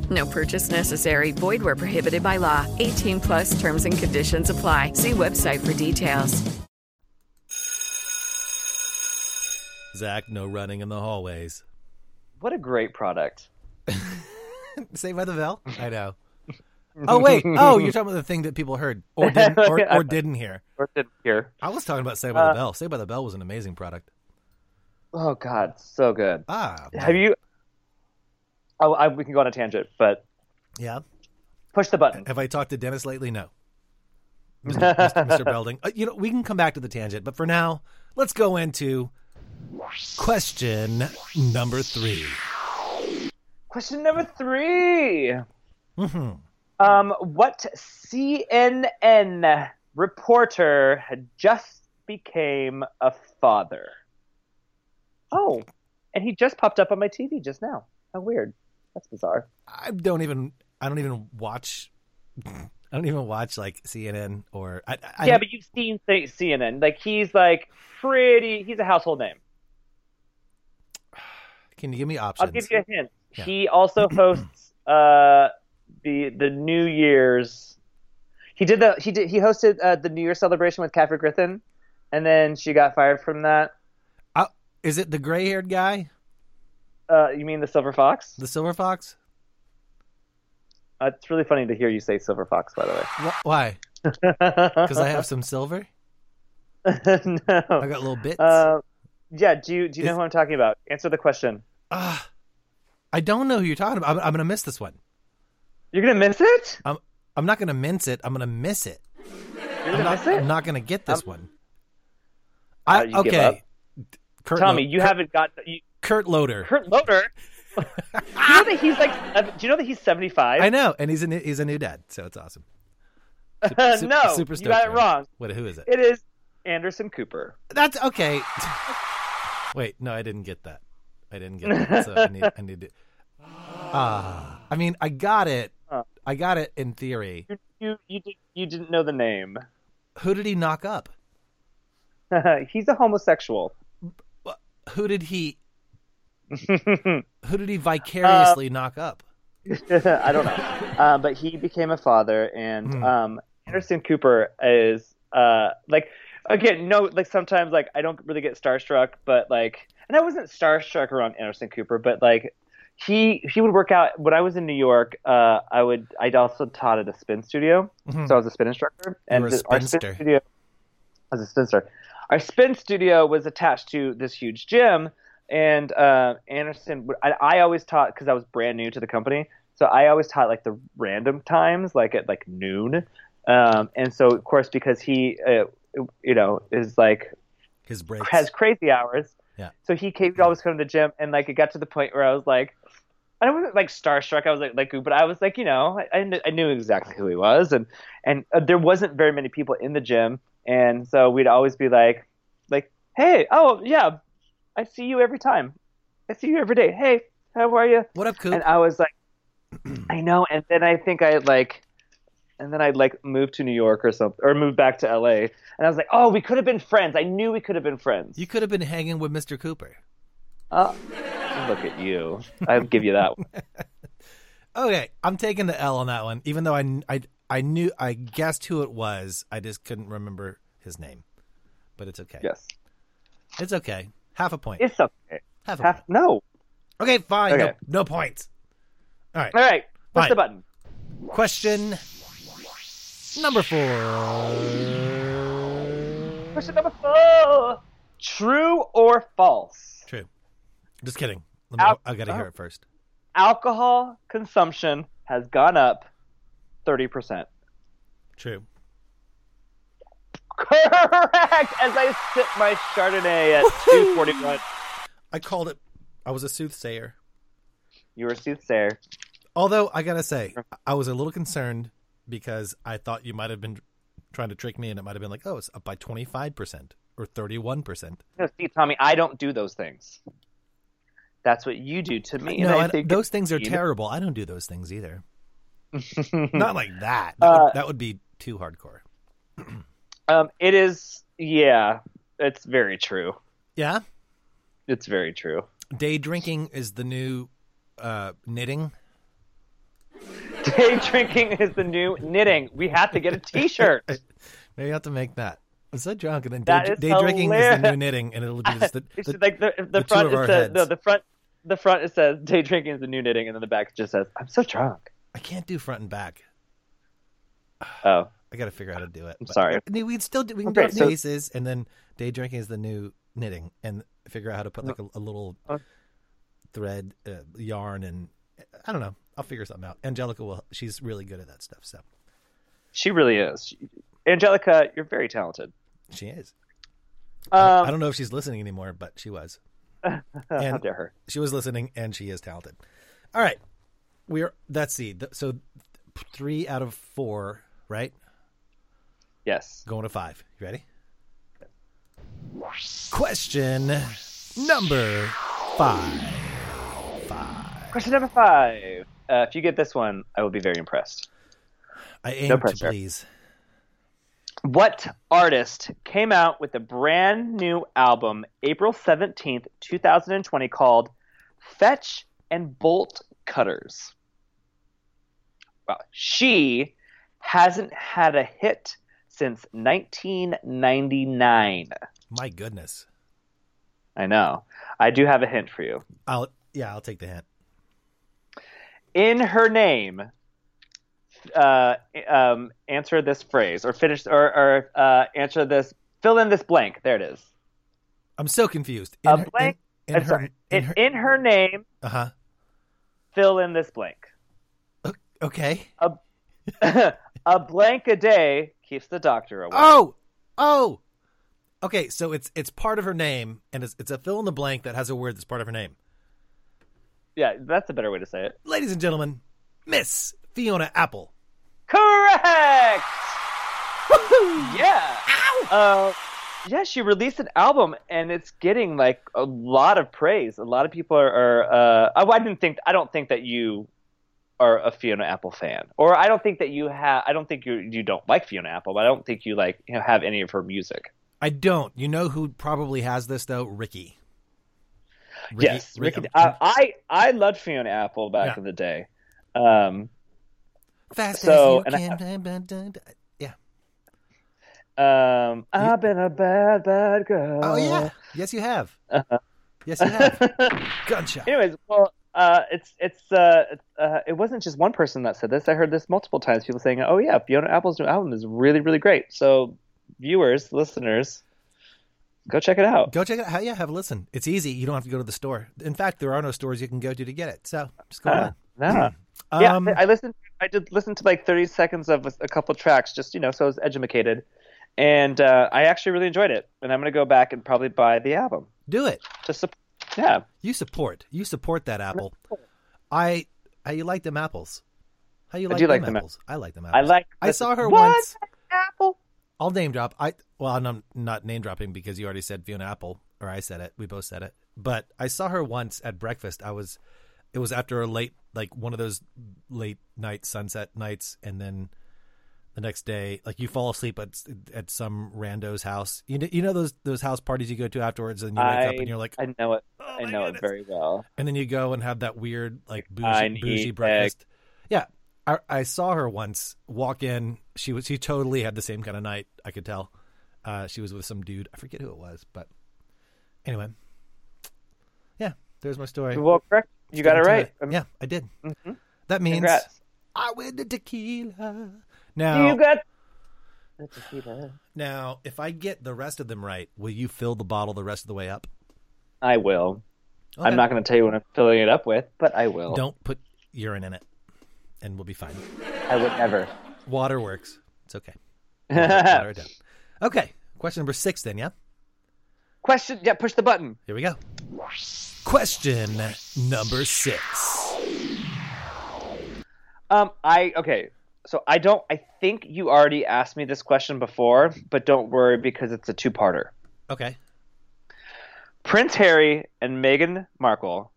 [SPEAKER 4] No purchase necessary. Void where prohibited by law. 18 plus terms and conditions apply. See website for details.
[SPEAKER 1] zach no running in the hallways
[SPEAKER 2] What a great product.
[SPEAKER 1] saved by the bell (laughs) i know Oh wait. Oh, you're talking about the thing that people heard or didn't, or, (laughs) or didn't hear.
[SPEAKER 2] Or didn't hear.
[SPEAKER 1] I was talking about Saved by the Bell. Saved by the Bell was an amazing product.
[SPEAKER 2] Oh God, so good.
[SPEAKER 1] Ah,
[SPEAKER 2] have you? Oh, I, we can go on a tangent, but
[SPEAKER 1] yeah.
[SPEAKER 2] Push
[SPEAKER 1] (laughs)
[SPEAKER 2] the button.
[SPEAKER 1] Have I talked to Dennis lately? No. Mr. Mr. Mr. Belding, uh, you know we can come back to the tangent, but for now, let's go into question number three.
[SPEAKER 2] Question number 3
[SPEAKER 1] Mhm.
[SPEAKER 2] Um, what CNN reporter had just became a father? Oh, and he just popped up on my TV just now. How weird. That's bizarre.
[SPEAKER 1] I don't even. I don't even watch. I don't even watch like CNN or. I, I,
[SPEAKER 2] yeah, but you've seen C- CNN. Like he's like pretty. He's a household name.
[SPEAKER 1] can you give me options?
[SPEAKER 2] I'll give you a hint.
[SPEAKER 1] Yeah. (clears throat)
[SPEAKER 2] He also hosts uh, the the New Year's. He did the he did he hosted uh, the New Year celebration with Kathy Griffin, and then she got fired from that.
[SPEAKER 1] Uh, is it the gray haired guy?
[SPEAKER 2] Uh, you mean the Silver Fox?
[SPEAKER 1] The Silver Fox?
[SPEAKER 2] Uh, it's really funny to hear you say Silver Fox, by the way.
[SPEAKER 1] (laughs)
[SPEAKER 2] (laughs)
[SPEAKER 1] Wh- Why? Because I have some silver.
[SPEAKER 2] no, I got
[SPEAKER 1] little bits.
[SPEAKER 2] Uh, yeah, do you do you know who I'm talking about? Answer the question.
[SPEAKER 1] Ah, I don't know who you're talking about. I'm, I'm gonna miss this one.
[SPEAKER 2] You're gonna miss it?
[SPEAKER 1] I'm I'm not gonna mince it. I'm gonna miss it.
[SPEAKER 2] You're
[SPEAKER 1] I'm
[SPEAKER 2] gonna
[SPEAKER 1] not,
[SPEAKER 2] miss it? Uh,
[SPEAKER 1] I'm not gonna get this one. I
[SPEAKER 2] Um, you give up.
[SPEAKER 1] okay. Kurt
[SPEAKER 2] Tommy,
[SPEAKER 1] Lo-
[SPEAKER 2] you
[SPEAKER 1] Kurt-
[SPEAKER 2] haven't got you,
[SPEAKER 1] Kurt Loader.
[SPEAKER 2] Kurt Loder. do you know that he's like? uh, Do you know that he's 75?
[SPEAKER 1] I know, and he's a new, he's a new dad, so it's
[SPEAKER 2] (laughs)
[SPEAKER 1] awesome. Sup- sup-
[SPEAKER 2] no, you
[SPEAKER 1] stoked
[SPEAKER 2] got it
[SPEAKER 1] for him.
[SPEAKER 2] wrong.
[SPEAKER 1] Wait, who is it?
[SPEAKER 2] It is Anderson Cooper.
[SPEAKER 1] That's okay. (laughs) Wait, no, I didn't get that. I didn't get that. So I need, I
[SPEAKER 2] (laughs)
[SPEAKER 1] need to. Ah, I mean, I got it. I got it in theory.
[SPEAKER 2] You you did, you didn't know the name. (laughs)
[SPEAKER 1] Who did he knock up?
[SPEAKER 2] he's a homosexual.
[SPEAKER 1] Who did
[SPEAKER 2] (laughs)
[SPEAKER 1] he? Who did he vicariously
[SPEAKER 2] Uh,
[SPEAKER 1] knock up?
[SPEAKER 2] (laughs) I don't know, uh, but he became a father, and
[SPEAKER 1] Hmm.
[SPEAKER 2] um, Anderson Cooper is uh, like again, no, like sometimes like I don't really get starstruck, but like, and I wasn't starstruck around Anderson Cooper, but like he he would work out when I was in New York. Uh, I would I also taught at a spin studio,
[SPEAKER 1] Mhm.
[SPEAKER 2] so I was a spin instructor, and
[SPEAKER 1] were a
[SPEAKER 2] the- our spin
[SPEAKER 1] spinster.
[SPEAKER 2] studio I was a spinster. Our spin studio was attached to this huge gym, and uh, Anderson. would- I, I always taught because I was brand new to the company, so I always taught like the random times, like at like noon. Um, and so, of course, because he, uh, you know, is like
[SPEAKER 1] His breaks.
[SPEAKER 2] has crazy hours.
[SPEAKER 1] Yeah.
[SPEAKER 2] So he came, he'd always come to the gym, and like it got to the point where I was like, I wasn't like starstruck. I was like, like, but I was like, you know, I, I, knew, I knew exactly who he was, and and uh, there wasn't very many people in the gym, and so we'd always be like, like, hey, oh yeah, I see you every time, I see you every day. Hey, how are you?
[SPEAKER 1] What up, Coop?
[SPEAKER 2] And I was like, I know. And then I think I like, and then I like moved to New York or something, or moved back to LA, and I was like, oh, we could have been friends. I knew we could have been friends.
[SPEAKER 1] You could have been hanging with Mr. Cooper.
[SPEAKER 2] Uh, look at you. I'll give you that one.
[SPEAKER 1] Okay, I'm taking the L on that one, even though I, I, I knew, I guessed who it was. I just couldn't remember his name. But it's okay.
[SPEAKER 2] Yes.
[SPEAKER 1] It's okay. Half a point.
[SPEAKER 2] It's okay.
[SPEAKER 1] Half a
[SPEAKER 2] Half, no.
[SPEAKER 1] Okay, fine.
[SPEAKER 2] Okay.
[SPEAKER 1] No, no points. All right.
[SPEAKER 2] All right. Push
[SPEAKER 1] Fine.
[SPEAKER 2] the button.
[SPEAKER 1] Question number four.
[SPEAKER 2] Question number four. True or false?
[SPEAKER 1] True. Just kidding. Let me,
[SPEAKER 2] Out-
[SPEAKER 1] I got to hear
[SPEAKER 2] oh.
[SPEAKER 1] it first.
[SPEAKER 2] Alcohol consumption has gone up 30%.
[SPEAKER 1] True.
[SPEAKER 2] Correct. As I sip my Chardonnay at 241.
[SPEAKER 1] I called it, I was a soothsayer.
[SPEAKER 2] You were a soothsayer.
[SPEAKER 1] Although I gotta say, I was a little concerned because I thought you might have been trying to trick me, and it might have been like, "Oh, it's up by twenty five percent or thirty one percent."
[SPEAKER 2] No, see, Tommy, I don't do those things. That's what you do to me. and
[SPEAKER 1] No,
[SPEAKER 2] I
[SPEAKER 1] I
[SPEAKER 2] think
[SPEAKER 1] those things are
[SPEAKER 2] mean.
[SPEAKER 1] terrible. I don't do those things
[SPEAKER 2] (laughs)
[SPEAKER 1] either. Not like that. That,
[SPEAKER 2] Uh,
[SPEAKER 1] would, that would be too hardcore.
[SPEAKER 2] Um, it is, yeah, it's very true.
[SPEAKER 1] Yeah,
[SPEAKER 2] It's very true. (laughs)
[SPEAKER 1] day drinking is the new uh, knitting.
[SPEAKER 2] Day drinking is the new knitting. We have to get
[SPEAKER 1] (laughs)
[SPEAKER 2] a T-shirt.
[SPEAKER 1] Maybe I have to make that. I'm so drunk, and then
[SPEAKER 2] That
[SPEAKER 1] day,
[SPEAKER 2] is
[SPEAKER 1] day drinking is the new
[SPEAKER 2] hilarious.
[SPEAKER 1] knitting, and
[SPEAKER 2] (laughs)
[SPEAKER 1] it'll be just the,
[SPEAKER 2] It's
[SPEAKER 1] the-
[SPEAKER 2] like the, the,
[SPEAKER 1] the two
[SPEAKER 2] front
[SPEAKER 1] of our
[SPEAKER 2] it says no,
[SPEAKER 1] heads.
[SPEAKER 2] the front the front it says day drinking is the new knitting, and then the back just says I'm so drunk.
[SPEAKER 1] I can't do front and back.
[SPEAKER 2] Oh,
[SPEAKER 1] I got to figure out how to do it.
[SPEAKER 2] I'm
[SPEAKER 1] but-
[SPEAKER 2] sorry.
[SPEAKER 1] I mean, we'd still do, we can
[SPEAKER 2] Okay,
[SPEAKER 1] do
[SPEAKER 2] so-
[SPEAKER 1] faces, and then day drinking is the new knitting, and figure out how to put like a, a little
[SPEAKER 2] Uh,
[SPEAKER 1] thread, uh, yarn, and uh, I don't know. I'll figure something out. Angelica will. She's really good at that stuff. So
[SPEAKER 2] she really is. She- Angelica, you're very talented.
[SPEAKER 1] she is.
[SPEAKER 2] Um,
[SPEAKER 1] I don't know if she's listening anymore, but she was.
[SPEAKER 2] How dare her.
[SPEAKER 1] She was listening, and she is talented. All right, we are. That's the th- so th- three out of four, right?
[SPEAKER 2] Yes.
[SPEAKER 1] Going to five. You ready? Question number five.
[SPEAKER 2] Question number five. Uh, if you get this one, I will be very impressed.
[SPEAKER 1] I aim
[SPEAKER 2] No
[SPEAKER 1] to
[SPEAKER 2] pressure.
[SPEAKER 1] please.
[SPEAKER 2] What artist came out with a brand new album April 17th, 2020 called Fetch and Bolt Cutters? Well, she hasn't had a hit since 1999.
[SPEAKER 1] My goodness.
[SPEAKER 2] I know. I do have a hint for you.
[SPEAKER 1] I'll yeah, I'll take the hint.
[SPEAKER 2] in her name uh, um, answer this phrase or finish or, or uh, answer this fill in this blank there it is
[SPEAKER 1] I'm so confused.
[SPEAKER 2] a
[SPEAKER 1] her-
[SPEAKER 2] blank
[SPEAKER 1] in
[SPEAKER 2] I'm
[SPEAKER 1] her-
[SPEAKER 2] sorry.
[SPEAKER 1] in
[SPEAKER 2] In-
[SPEAKER 1] her-
[SPEAKER 2] in her name
[SPEAKER 1] Uh huh.
[SPEAKER 2] fill in this blank (laughs)
[SPEAKER 1] Okay.
[SPEAKER 2] a blank a day keeps the doctor away
[SPEAKER 1] Oh, oh. Okay, so it's it's part of her name, and it's it's a fill in the blank that has a word that's part of her name.
[SPEAKER 2] yeah that's a better way to say it
[SPEAKER 1] Ladies and gentlemen, Miss Fiona Apple.
[SPEAKER 2] correct yeah uh, yeah she released an album and it's getting like a lot of praise a lot of people are, are uh, I, I didn't think i don't think that you are a Fiona Apple fan, or I don't think that you have. I don't think you you don't like Fiona Apple, but I don't think you like you know, have any of her music.
[SPEAKER 1] I don't. You know who probably has this though? Ricky.
[SPEAKER 2] yes, Ricky. uh, I, I I loved Fiona Apple back
[SPEAKER 1] Yeah.
[SPEAKER 2] in the day. Um,
[SPEAKER 1] Fast
[SPEAKER 2] so,
[SPEAKER 1] as
[SPEAKER 2] and I
[SPEAKER 1] you can. dun, dun, dun.
[SPEAKER 2] um, I've been a bad bad girl.
[SPEAKER 1] Oh yeah. Yes, you have.
[SPEAKER 2] Uh-huh.
[SPEAKER 1] Yes, you
[SPEAKER 2] (laughs)
[SPEAKER 1] have. Gunshot.
[SPEAKER 2] Anyways, well, uh, it's it's uh, uh, it wasn't just one person that said this. I heard this multiple times. People saying, "Oh yeah, Fiona Apple's new album is really really great." So, viewers, listeners, go check it out.
[SPEAKER 1] Go check it out. Yeah, have a listen. It's easy. You don't have to go to the store. In fact, there are no stores you can go to to get it. So just go on.
[SPEAKER 2] Yeah. Uh-huh. yeah,
[SPEAKER 1] Um,
[SPEAKER 2] I listened. I did listen to like 30 seconds of a, a couple tracks, just you know, so I was educated, and uh, I actually really enjoyed it. And I'm gonna go back and probably buy the album.
[SPEAKER 1] Do it.
[SPEAKER 2] Just sup- yeah,
[SPEAKER 1] You support. You support that apple. I. How you like them apples? How you
[SPEAKER 2] I
[SPEAKER 1] like,
[SPEAKER 2] do
[SPEAKER 1] them,
[SPEAKER 2] like them
[SPEAKER 1] apples? I like them apples.
[SPEAKER 2] I like.
[SPEAKER 1] I saw her
[SPEAKER 2] What?
[SPEAKER 1] once.
[SPEAKER 2] Apple.
[SPEAKER 1] I'll name drop. I well, and I'm not name dropping because you already said Fiona Apple, or I said it. We both said it. But I saw her once at breakfast. I was, it was after a late, like one of those late night sunset nights, and then the next day, like you fall asleep at at some rando's house. You know, you know those those house parties you go to afterwards, and you wake
[SPEAKER 2] I,
[SPEAKER 1] up and you're like, "Oh
[SPEAKER 2] I know it. I
[SPEAKER 1] my
[SPEAKER 2] know
[SPEAKER 1] goodness.
[SPEAKER 2] it very well.
[SPEAKER 1] and then you go and have that weird like bougie,
[SPEAKER 2] I need
[SPEAKER 1] bougie
[SPEAKER 2] egg.
[SPEAKER 1] breakfast. Yeah, I, I saw her once walk in. She was she totally had the same kind of night. I could tell. Uh, she was with some dude. I forget who it was, but anyway, yeah. There's my story.
[SPEAKER 2] Well, correct. You got it
[SPEAKER 1] Tonight.
[SPEAKER 2] right. Um, Mm-hmm.
[SPEAKER 1] Yeah, I did. That means
[SPEAKER 2] Congrats.
[SPEAKER 1] I win the tequila.
[SPEAKER 2] Do
[SPEAKER 1] Now,
[SPEAKER 2] you got? That's a keeper.
[SPEAKER 1] now, if I get the rest of them right, will you fill the bottle the rest of the way up?
[SPEAKER 2] I will.
[SPEAKER 1] Okay.
[SPEAKER 2] I'm not going to tell you what I'm filling it up with, but I will.
[SPEAKER 1] Don't put urine in it, and we'll be fine.
[SPEAKER 2] I would never.
[SPEAKER 1] Water works. It's okay. Water it down. Okay. Question number six, then, yeah?
[SPEAKER 2] (laughs) Question. Yeah, push the button.
[SPEAKER 1] Here we go. Question number six.
[SPEAKER 2] Um, I okay. So I don't. I think you already asked me this question before, but don't worry because it's a two-parter.
[SPEAKER 1] Okay.
[SPEAKER 2] Prince Harry and Meghan Markle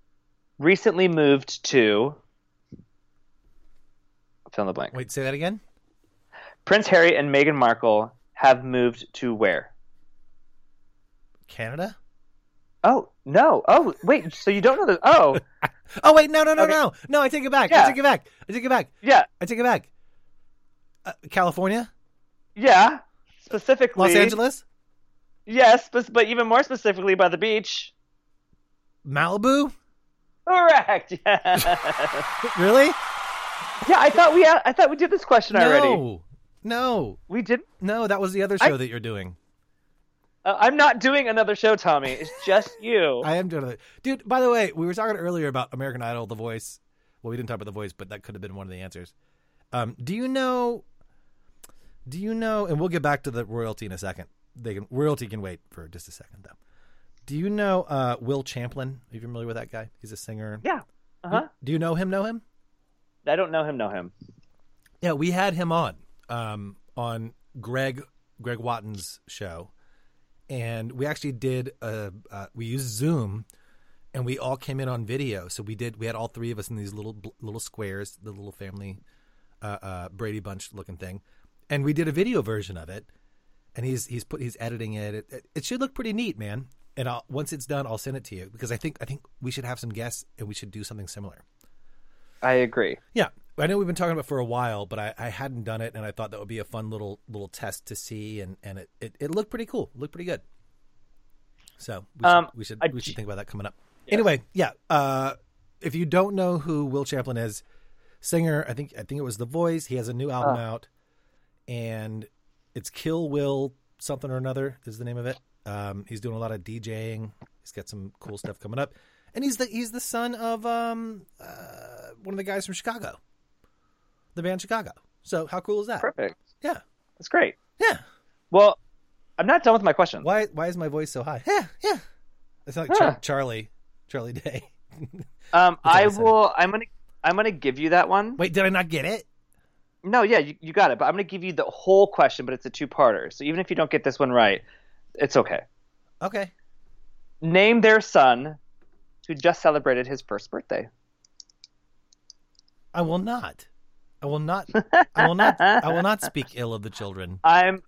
[SPEAKER 2] recently moved to. Fill in the blank.
[SPEAKER 1] Wait, say that again?
[SPEAKER 2] Prince Harry and Meghan Markle have moved to where?
[SPEAKER 1] Canada?
[SPEAKER 2] Oh no! Oh wait. So you don't know the? Oh (laughs)
[SPEAKER 1] Oh, wait. No, no, no,
[SPEAKER 2] Okay.
[SPEAKER 1] no. No, I take it back. I
[SPEAKER 2] Yeah.
[SPEAKER 1] take it back. I take it back.
[SPEAKER 2] yeah,
[SPEAKER 1] I take it back. Uh, California?
[SPEAKER 2] yeah. Specifically,
[SPEAKER 1] Los Angeles?
[SPEAKER 2] Yes, but, but even more specifically by the beach.
[SPEAKER 1] Malibu?
[SPEAKER 2] Correct. (laughs) Yeah.
[SPEAKER 1] Really?
[SPEAKER 2] yeah. I thought we. I thought we did this question already.
[SPEAKER 1] No. No,
[SPEAKER 2] we didn't.
[SPEAKER 1] No, that was the other
[SPEAKER 2] I-
[SPEAKER 1] show that you're doing.
[SPEAKER 2] Uh, I'm not doing another show, Tommy. It's just you. (laughs)
[SPEAKER 1] I am doing it, dude. By the way, we were talking earlier about American Idol, The Voice. Well, we didn't talk about The Voice, but that could have been one of the answers. Um, do you know? Do you know? And we'll get back to the royalty in a second. They can royalty can wait for just a second though. Do you know uh, Will Champlin? Are you familiar with that guy? He's a singer.
[SPEAKER 2] Yeah. Uh huh.
[SPEAKER 1] Do you know him? Know him?
[SPEAKER 2] I don't know him. Know him.
[SPEAKER 1] Yeah, we had him on um, on Greg Greg Watton's show, and we actually did a uh, we used Zoom, and we all came in on video. So we did we had all three of us in these little bl- little squares, the little family uh, uh, Brady Bunch looking thing, and we did a video version of it. And he's he's put he's editing it. It, it, it should look pretty neat, man. And I'll, once it's done, I'll send it to you because I think I think we should have some guests and we should do something similar.
[SPEAKER 2] I agree.
[SPEAKER 1] Yeah, I know we've been talking about it for a while, but I, I hadn't done it, and I thought that would be a fun little little test to see, and and it it, it looked pretty cool, looked pretty good. So we should
[SPEAKER 2] Um,
[SPEAKER 1] we should,
[SPEAKER 2] I-
[SPEAKER 1] we should think about that coming up. Anyway, yeah. Uh, if you don't know who Will Champlin is, singer, I think I think it was The Voice. He has a new album
[SPEAKER 2] Oh.
[SPEAKER 1] out, and it's Kill Will something or another is the name of it. Um, he's doing a lot of DJing. He's got some cool stuff coming up, and he's the he's the son of um uh, one of the guys from Chicago, the band Chicago. So how cool is that?
[SPEAKER 2] Perfect.
[SPEAKER 1] Yeah.
[SPEAKER 2] That's great.
[SPEAKER 1] Yeah.
[SPEAKER 2] Well, I'm not done with my question.
[SPEAKER 1] Why why is my voice so high? Yeah, yeah. It's like
[SPEAKER 2] Huh.
[SPEAKER 1] Char- Charlie, Charlie Day. (laughs)
[SPEAKER 2] Um, I
[SPEAKER 1] awesome.
[SPEAKER 2] will. I'm gonna. I'm gonna give you that one.
[SPEAKER 1] Wait, did I not get it?
[SPEAKER 2] No, yeah, you, you got it. But I'm gonna give you the whole question, but it's a two-parter. So even if you don't get this one right, it's okay.
[SPEAKER 1] Okay.
[SPEAKER 2] Name their son, who just celebrated his first birthday.
[SPEAKER 1] I will not. I will not. I will not. I will not speak ill of the
[SPEAKER 2] (laughs)
[SPEAKER 1] children.
[SPEAKER 2] I'm.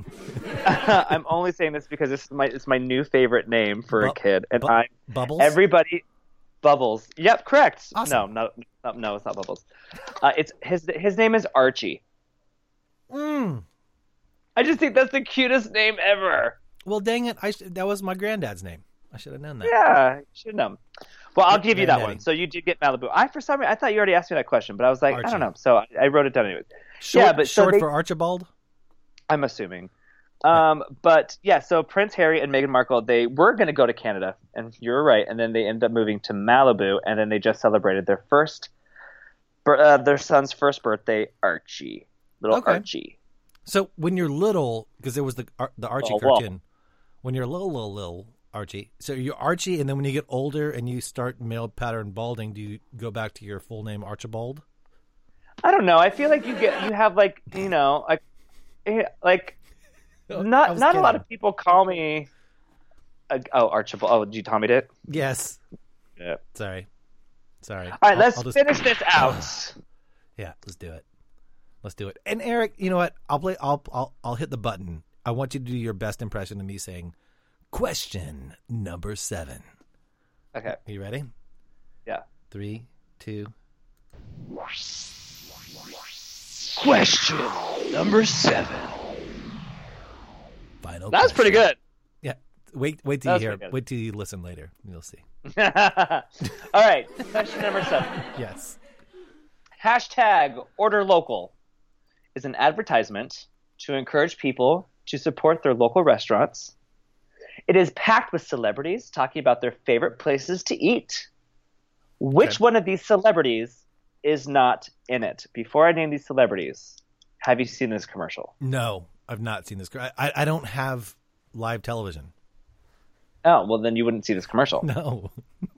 [SPEAKER 2] I'm only saying this because it's my it's my new favorite name for a
[SPEAKER 1] Bu-
[SPEAKER 2] kid, and
[SPEAKER 1] bu-
[SPEAKER 2] I'm
[SPEAKER 1] Bubbles.
[SPEAKER 2] everybody. Bubbles. Yep, correct.
[SPEAKER 1] Awesome.
[SPEAKER 2] No, no, no, no, it's not Bubbles. Uh, it's his his name is Archie.
[SPEAKER 1] Mm.
[SPEAKER 2] I just think that's the cutest name ever.
[SPEAKER 1] Well, dang it! I sh- that was my granddad's name. I should have known that.
[SPEAKER 2] Yeah, you should know. Well, I'll give you that
[SPEAKER 1] Granddaddy.
[SPEAKER 2] one. So you did get Malibu. I for some reason I thought you already asked me that question, but I was like, I
[SPEAKER 1] Archie.
[SPEAKER 2] don't know. So I, I wrote it down anyway.
[SPEAKER 1] Short,
[SPEAKER 2] yeah, but so
[SPEAKER 1] short
[SPEAKER 2] they-
[SPEAKER 1] for Archibald.
[SPEAKER 2] I'm assuming. Um, but yeah, so Prince Harry and Meghan Markle they were going to go to Canada, and you're right. And then they ended up moving to Malibu, and then they just celebrated their first, bir- uh, their son's first birthday, Archie, little
[SPEAKER 1] Okay.
[SPEAKER 2] Archie.
[SPEAKER 1] So when you're little, because there was the Ar- the Archie
[SPEAKER 2] Oh, well.
[SPEAKER 1] cartoon. When you're little, little, little Archie. So you're Archie, and then when you get older and you start male pattern balding, do you go back to your full name Archibald?
[SPEAKER 2] I don't know. I feel like you get you have like you know like eh, like
[SPEAKER 1] Oh, I
[SPEAKER 2] not
[SPEAKER 1] was
[SPEAKER 2] not a lot
[SPEAKER 1] kidding.
[SPEAKER 2] of people call me. Uh, oh, Archibald. Oh, you Tommy did.
[SPEAKER 1] Yes.
[SPEAKER 2] Yeah.
[SPEAKER 1] Sorry. Sorry.
[SPEAKER 2] All right, let's
[SPEAKER 1] I'll just-
[SPEAKER 2] finish this
[SPEAKER 1] (sighs)
[SPEAKER 2] out.
[SPEAKER 1] Yeah, let's do it. Let's do it. And Eric, you know what? I'll play. I'll I'll I'll hit the button. I want you to do your best impression of me saying, "Question number seven.
[SPEAKER 2] Okay.
[SPEAKER 1] Are you ready?
[SPEAKER 2] Yeah.
[SPEAKER 1] Three, two.
[SPEAKER 2] Question number seven.
[SPEAKER 1] Final.
[SPEAKER 2] That was pretty
[SPEAKER 1] question.
[SPEAKER 2] good.
[SPEAKER 1] Yeah. Wait. Wait
[SPEAKER 2] That
[SPEAKER 1] till you
[SPEAKER 2] was
[SPEAKER 1] hear.
[SPEAKER 2] pretty good.
[SPEAKER 1] Wait till you listen later. You'll see.
[SPEAKER 2] (laughs) All right, question number seven.
[SPEAKER 1] Yes.
[SPEAKER 2] Hashtag order local is an advertisement to encourage people to support their local restaurants. It is packed with celebrities talking about their favorite places to eat. Which
[SPEAKER 1] Okay.
[SPEAKER 2] one of these celebrities is not in it? Before I name these celebrities, have you seen this commercial?
[SPEAKER 1] No, I've not seen this. I I, I don't have live television. (laughs)
[SPEAKER 2] Oh, well, then you wouldn't see this commercial.
[SPEAKER 1] No.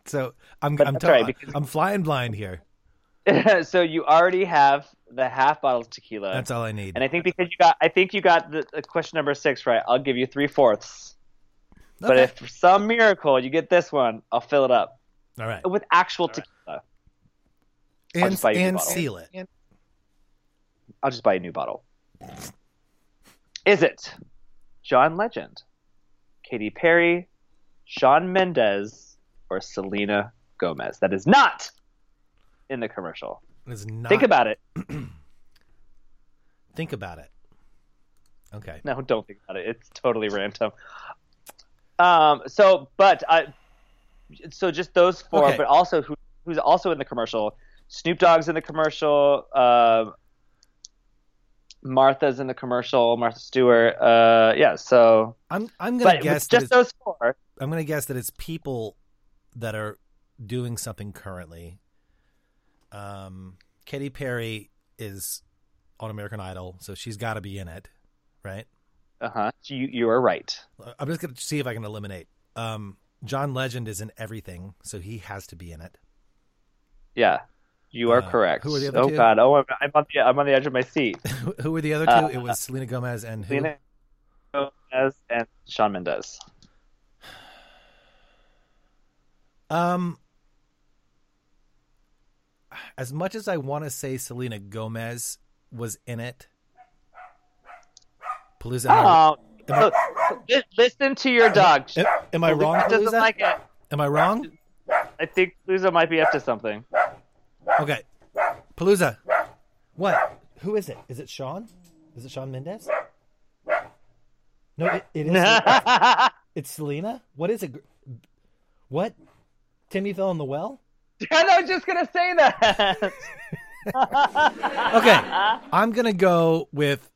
[SPEAKER 1] So I'm
[SPEAKER 2] But
[SPEAKER 1] I'm
[SPEAKER 2] that's
[SPEAKER 1] tell-
[SPEAKER 2] all right, because-
[SPEAKER 1] I'm flying blind here.
[SPEAKER 2] (laughs) so you already have the half bottle of tequila.
[SPEAKER 1] That's all I need.
[SPEAKER 2] And I think because you got, I think you got the, the question number six right. I'll give you three fourths. But
[SPEAKER 1] Okay.
[SPEAKER 2] if for some miracle you get this one, I'll fill it up
[SPEAKER 1] all right.
[SPEAKER 2] with actual tequila. I'll
[SPEAKER 1] And
[SPEAKER 2] just buy you a
[SPEAKER 1] and
[SPEAKER 2] bottle.
[SPEAKER 1] seal it.
[SPEAKER 2] I'll just buy a new bottle. Is it John Legend, Katy Perry, Sean Mendez, or Selena Gomez? That is not in the commercial.
[SPEAKER 1] It's not.
[SPEAKER 2] Think about it.
[SPEAKER 1] Think about it. Okay.
[SPEAKER 2] (laughs) No, don't think about it. It's totally random. Um. So, but I. So just those four,
[SPEAKER 1] Okay.
[SPEAKER 2] but also who who's also in the commercial? Snoop Dogg's in the commercial. Um. uh, Martha's in the commercial, Martha Stewart. Uh, yeah, so
[SPEAKER 1] I'm I'm gonna
[SPEAKER 2] but
[SPEAKER 1] guess
[SPEAKER 2] with just
[SPEAKER 1] that
[SPEAKER 2] those
[SPEAKER 1] it's-
[SPEAKER 2] four.
[SPEAKER 1] I'm gonna guess that it's people that are doing something currently. Um, Katy Perry is on American Idol, so she's got to be in it, right?
[SPEAKER 2] Uh huh. You you are right.
[SPEAKER 1] I'm just gonna see if I can eliminate. Um, John Legend is in everything, so he has to be in it. (laughs)
[SPEAKER 2] Yeah, you are
[SPEAKER 1] Uh,
[SPEAKER 2] correct.
[SPEAKER 1] who are the other
[SPEAKER 2] oh
[SPEAKER 1] two?
[SPEAKER 2] God! Oh, I'm, I'm on the I'm on the edge of
[SPEAKER 1] (laughs)
[SPEAKER 2] my seat.
[SPEAKER 1] Who were the other two?
[SPEAKER 2] Uh,
[SPEAKER 1] it was Selena Gomez and who?
[SPEAKER 2] Selena Gomez and Sean Mendes.
[SPEAKER 1] Um, as much as I want to say Selena Gomez was in it, Palooza. am I-
[SPEAKER 2] Oh, oh, li- listen to your dog.
[SPEAKER 1] Am, am I wrong,
[SPEAKER 2] Palooza doesn't
[SPEAKER 1] Palooza?
[SPEAKER 2] like it.
[SPEAKER 1] Am I wrong?
[SPEAKER 2] I think Palooza might be up to something. (laughs)
[SPEAKER 1] Okay, Palooza. What? Who is it? Is it Sean? Is it Sean Mendes? No, it, it
[SPEAKER 2] (laughs)
[SPEAKER 1] is. it's Selena. What is it? gr- What? Timmy fell in the well.
[SPEAKER 2] And I was just gonna say that. (laughs)
[SPEAKER 1] Okay, I'm gonna go with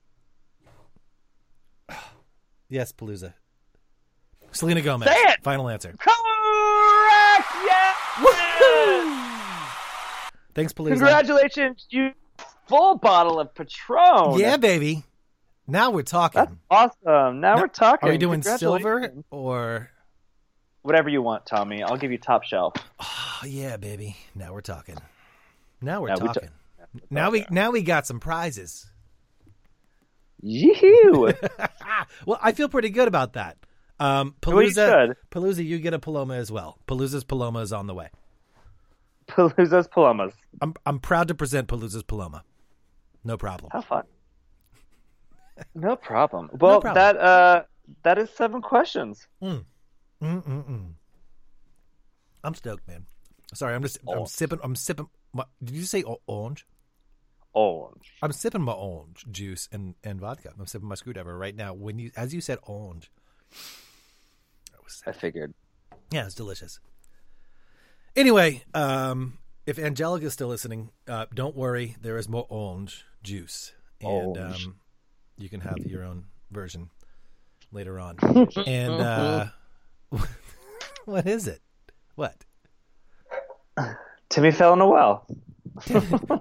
[SPEAKER 1] (sighs) yes, Palooza. Selena Gomez.
[SPEAKER 2] Say it!
[SPEAKER 1] Final answer.
[SPEAKER 2] Correct. Yeah.
[SPEAKER 1] Thanks, Palooza.
[SPEAKER 2] Congratulations, you full bottle of Patron.
[SPEAKER 1] Yeah, baby. Now we're talking.
[SPEAKER 2] Awesome. Now, we're talking.
[SPEAKER 1] Are you doing silver
[SPEAKER 2] Congratulations.
[SPEAKER 1] or?
[SPEAKER 2] Whatever you want, Tommy. I'll give you top shelf.
[SPEAKER 1] Oh yeah, baby. Now we're talking. Now we're
[SPEAKER 2] Now we ta-
[SPEAKER 1] talking. now we now we got some prizes. (laughs)
[SPEAKER 2] Yee-hoo.
[SPEAKER 1] Well, I feel pretty good about that. Um,
[SPEAKER 2] Well, you
[SPEAKER 1] Palooza,
[SPEAKER 2] should.
[SPEAKER 1] Palooza, you get a Paloma as well. Palooza's Paloma is on the way.
[SPEAKER 2] Palooza's Palomas.
[SPEAKER 1] I'm I'm proud to present Palooza's Paloma. No problem. (laughs)
[SPEAKER 2] How fun. No problem. Well,
[SPEAKER 1] problem.
[SPEAKER 2] that uh, that is seven questions.
[SPEAKER 1] Mm-mm-mm. I'm stoked, man. Sorry, I'm just I'm sipping. I'm sipping. My, did you say o- orange?
[SPEAKER 2] Orange.
[SPEAKER 1] I'm sipping my orange juice and, and vodka. I'm sipping my screwdriver right now. When you as you said orange,
[SPEAKER 2] I figured.
[SPEAKER 1] yeah, it's delicious. Anyway, um, if Angelica's still listening, uh, don't worry. There is more orange juice, and
[SPEAKER 2] Orange.
[SPEAKER 1] um, you can have your own version later
[SPEAKER 2] (laughs)
[SPEAKER 1] on. and uh, (laughs) what is it? What?
[SPEAKER 2] Timmy fell in a well.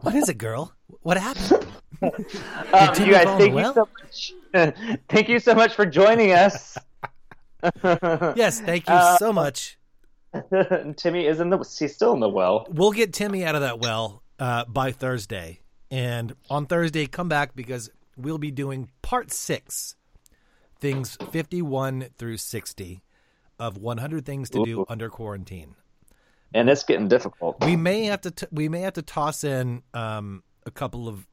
[SPEAKER 1] what is it, girl? What happened?
[SPEAKER 2] Um,
[SPEAKER 1] Timmy
[SPEAKER 2] you guys,
[SPEAKER 1] fall in
[SPEAKER 2] thank
[SPEAKER 1] a well?
[SPEAKER 2] you so much. (laughs) thank you so much for joining us. (laughs)
[SPEAKER 1] Yes, thank you
[SPEAKER 2] Uh,
[SPEAKER 1] so much.
[SPEAKER 2] Timmy is in the. He's still in the well.
[SPEAKER 1] We'll get Timmy out of that well uh, by Thursday, and on Thursday, come back because we'll be doing part six, things fifty-one through sixty, of one hundred things to do
[SPEAKER 2] Ooh.
[SPEAKER 1] under quarantine.
[SPEAKER 2] and it's getting difficult. (laughs)
[SPEAKER 1] We may have to t- we may have to toss in um, a couple of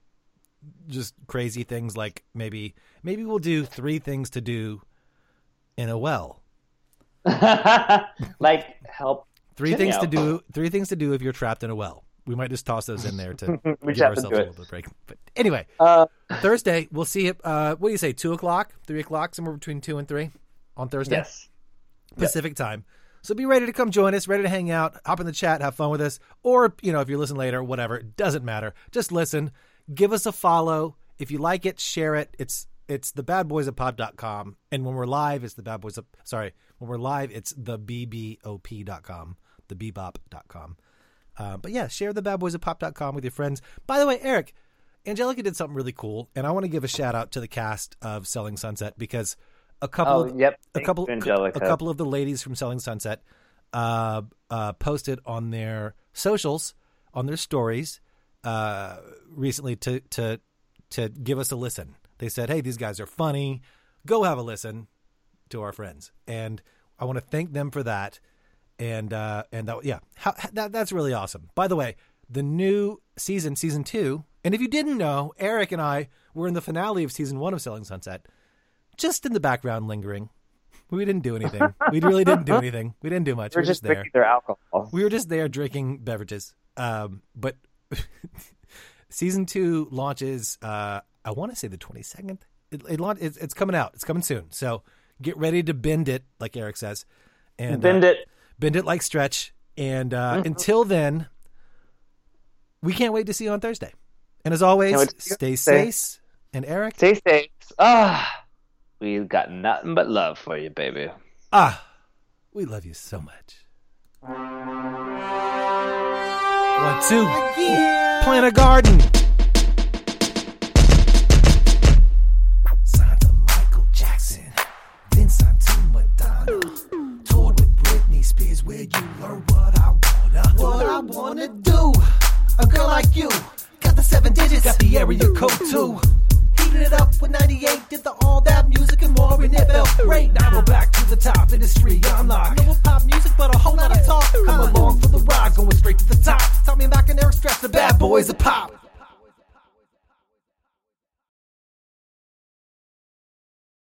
[SPEAKER 1] just crazy things like maybe maybe we'll do three things to do in a well.
[SPEAKER 2] like help.
[SPEAKER 1] Three
[SPEAKER 2] Timmy
[SPEAKER 1] things to
[SPEAKER 2] out.
[SPEAKER 1] do. Three things to do if you're trapped in a well. We might just toss those in there
[SPEAKER 2] (laughs)
[SPEAKER 1] to give
[SPEAKER 2] We just have to
[SPEAKER 1] ourselves a
[SPEAKER 2] do it.
[SPEAKER 1] little bit of break. But anyway,
[SPEAKER 2] Uh,
[SPEAKER 1] Thursday we'll see. It, uh, what do you say? Two o'clock, three o'clock, somewhere between two and three on Thursday
[SPEAKER 2] yes.
[SPEAKER 1] Pacific time. So be ready to come join us. Ready to hang out, hop in the chat, have fun with us, or you know if you listen later, whatever. It doesn't matter. Just listen. Give us a follow if you like it. Share it. It's it's the badboysofpop.com. And when we're live, it's the bad boys of sorry. When we're live, it's the bbop.com, the bebop.com. Uh, but yeah, share the bad boys of pop.com with your friends. By the way, Eric, Angelica did something really cool, and I want to give a shout out to the cast of Selling Sunset because a couple
[SPEAKER 2] Oh,
[SPEAKER 1] of
[SPEAKER 2] yep.
[SPEAKER 1] a
[SPEAKER 2] Thank
[SPEAKER 1] couple
[SPEAKER 2] you, Angelica.
[SPEAKER 1] a couple of the ladies from Selling Sunset uh, uh, posted on their socials on their stories uh, recently to to to give us a listen. They said, "Hey, these guys are funny. Go have a listen to our friends," and I want to thank them for that and uh and that yeah how, that that's really awesome by the way the new season season two and if you didn't know eric and i were in the finale of season one of selling sunset just in the background lingering we didn't do anything we really didn't do anything we didn't do much we
[SPEAKER 2] We're
[SPEAKER 1] were just
[SPEAKER 2] just
[SPEAKER 1] there
[SPEAKER 2] drinking their alcohol.
[SPEAKER 1] we were just there drinking beverages um but (laughs) season two launches uh i want to say the 22nd it, it launch, it's, it's coming out it's coming soon so get ready to bend it like eric says and uh,
[SPEAKER 2] Bend it. Mm-hmm.
[SPEAKER 1] bend it like stretch. And uh, until then, we can't wait to see you on Thursday. And as always,
[SPEAKER 2] Can't wait to see you
[SPEAKER 1] stay
[SPEAKER 2] Thursday.
[SPEAKER 1] safe and
[SPEAKER 5] and Eric.
[SPEAKER 2] Stay safe. Ah, we got nothing but love for you, baby.
[SPEAKER 5] Ah, we love you so much. One, two. Plant a garden.
[SPEAKER 1] Signed to Michael Jackson, then signed to Madonna. Toured with Britney Spears, where you learn what I wanna, what I wanna do. A girl like you got the seven digits, got the area code too. Heated it up with 98, did the all that music and more, and it felt great. Now we're back to the top industry, I'm like, no pop music, but a whole lot of talk. Come along for the ride, going straight to the top. Tommy Mac and Eric Straps, the bad boys of pop.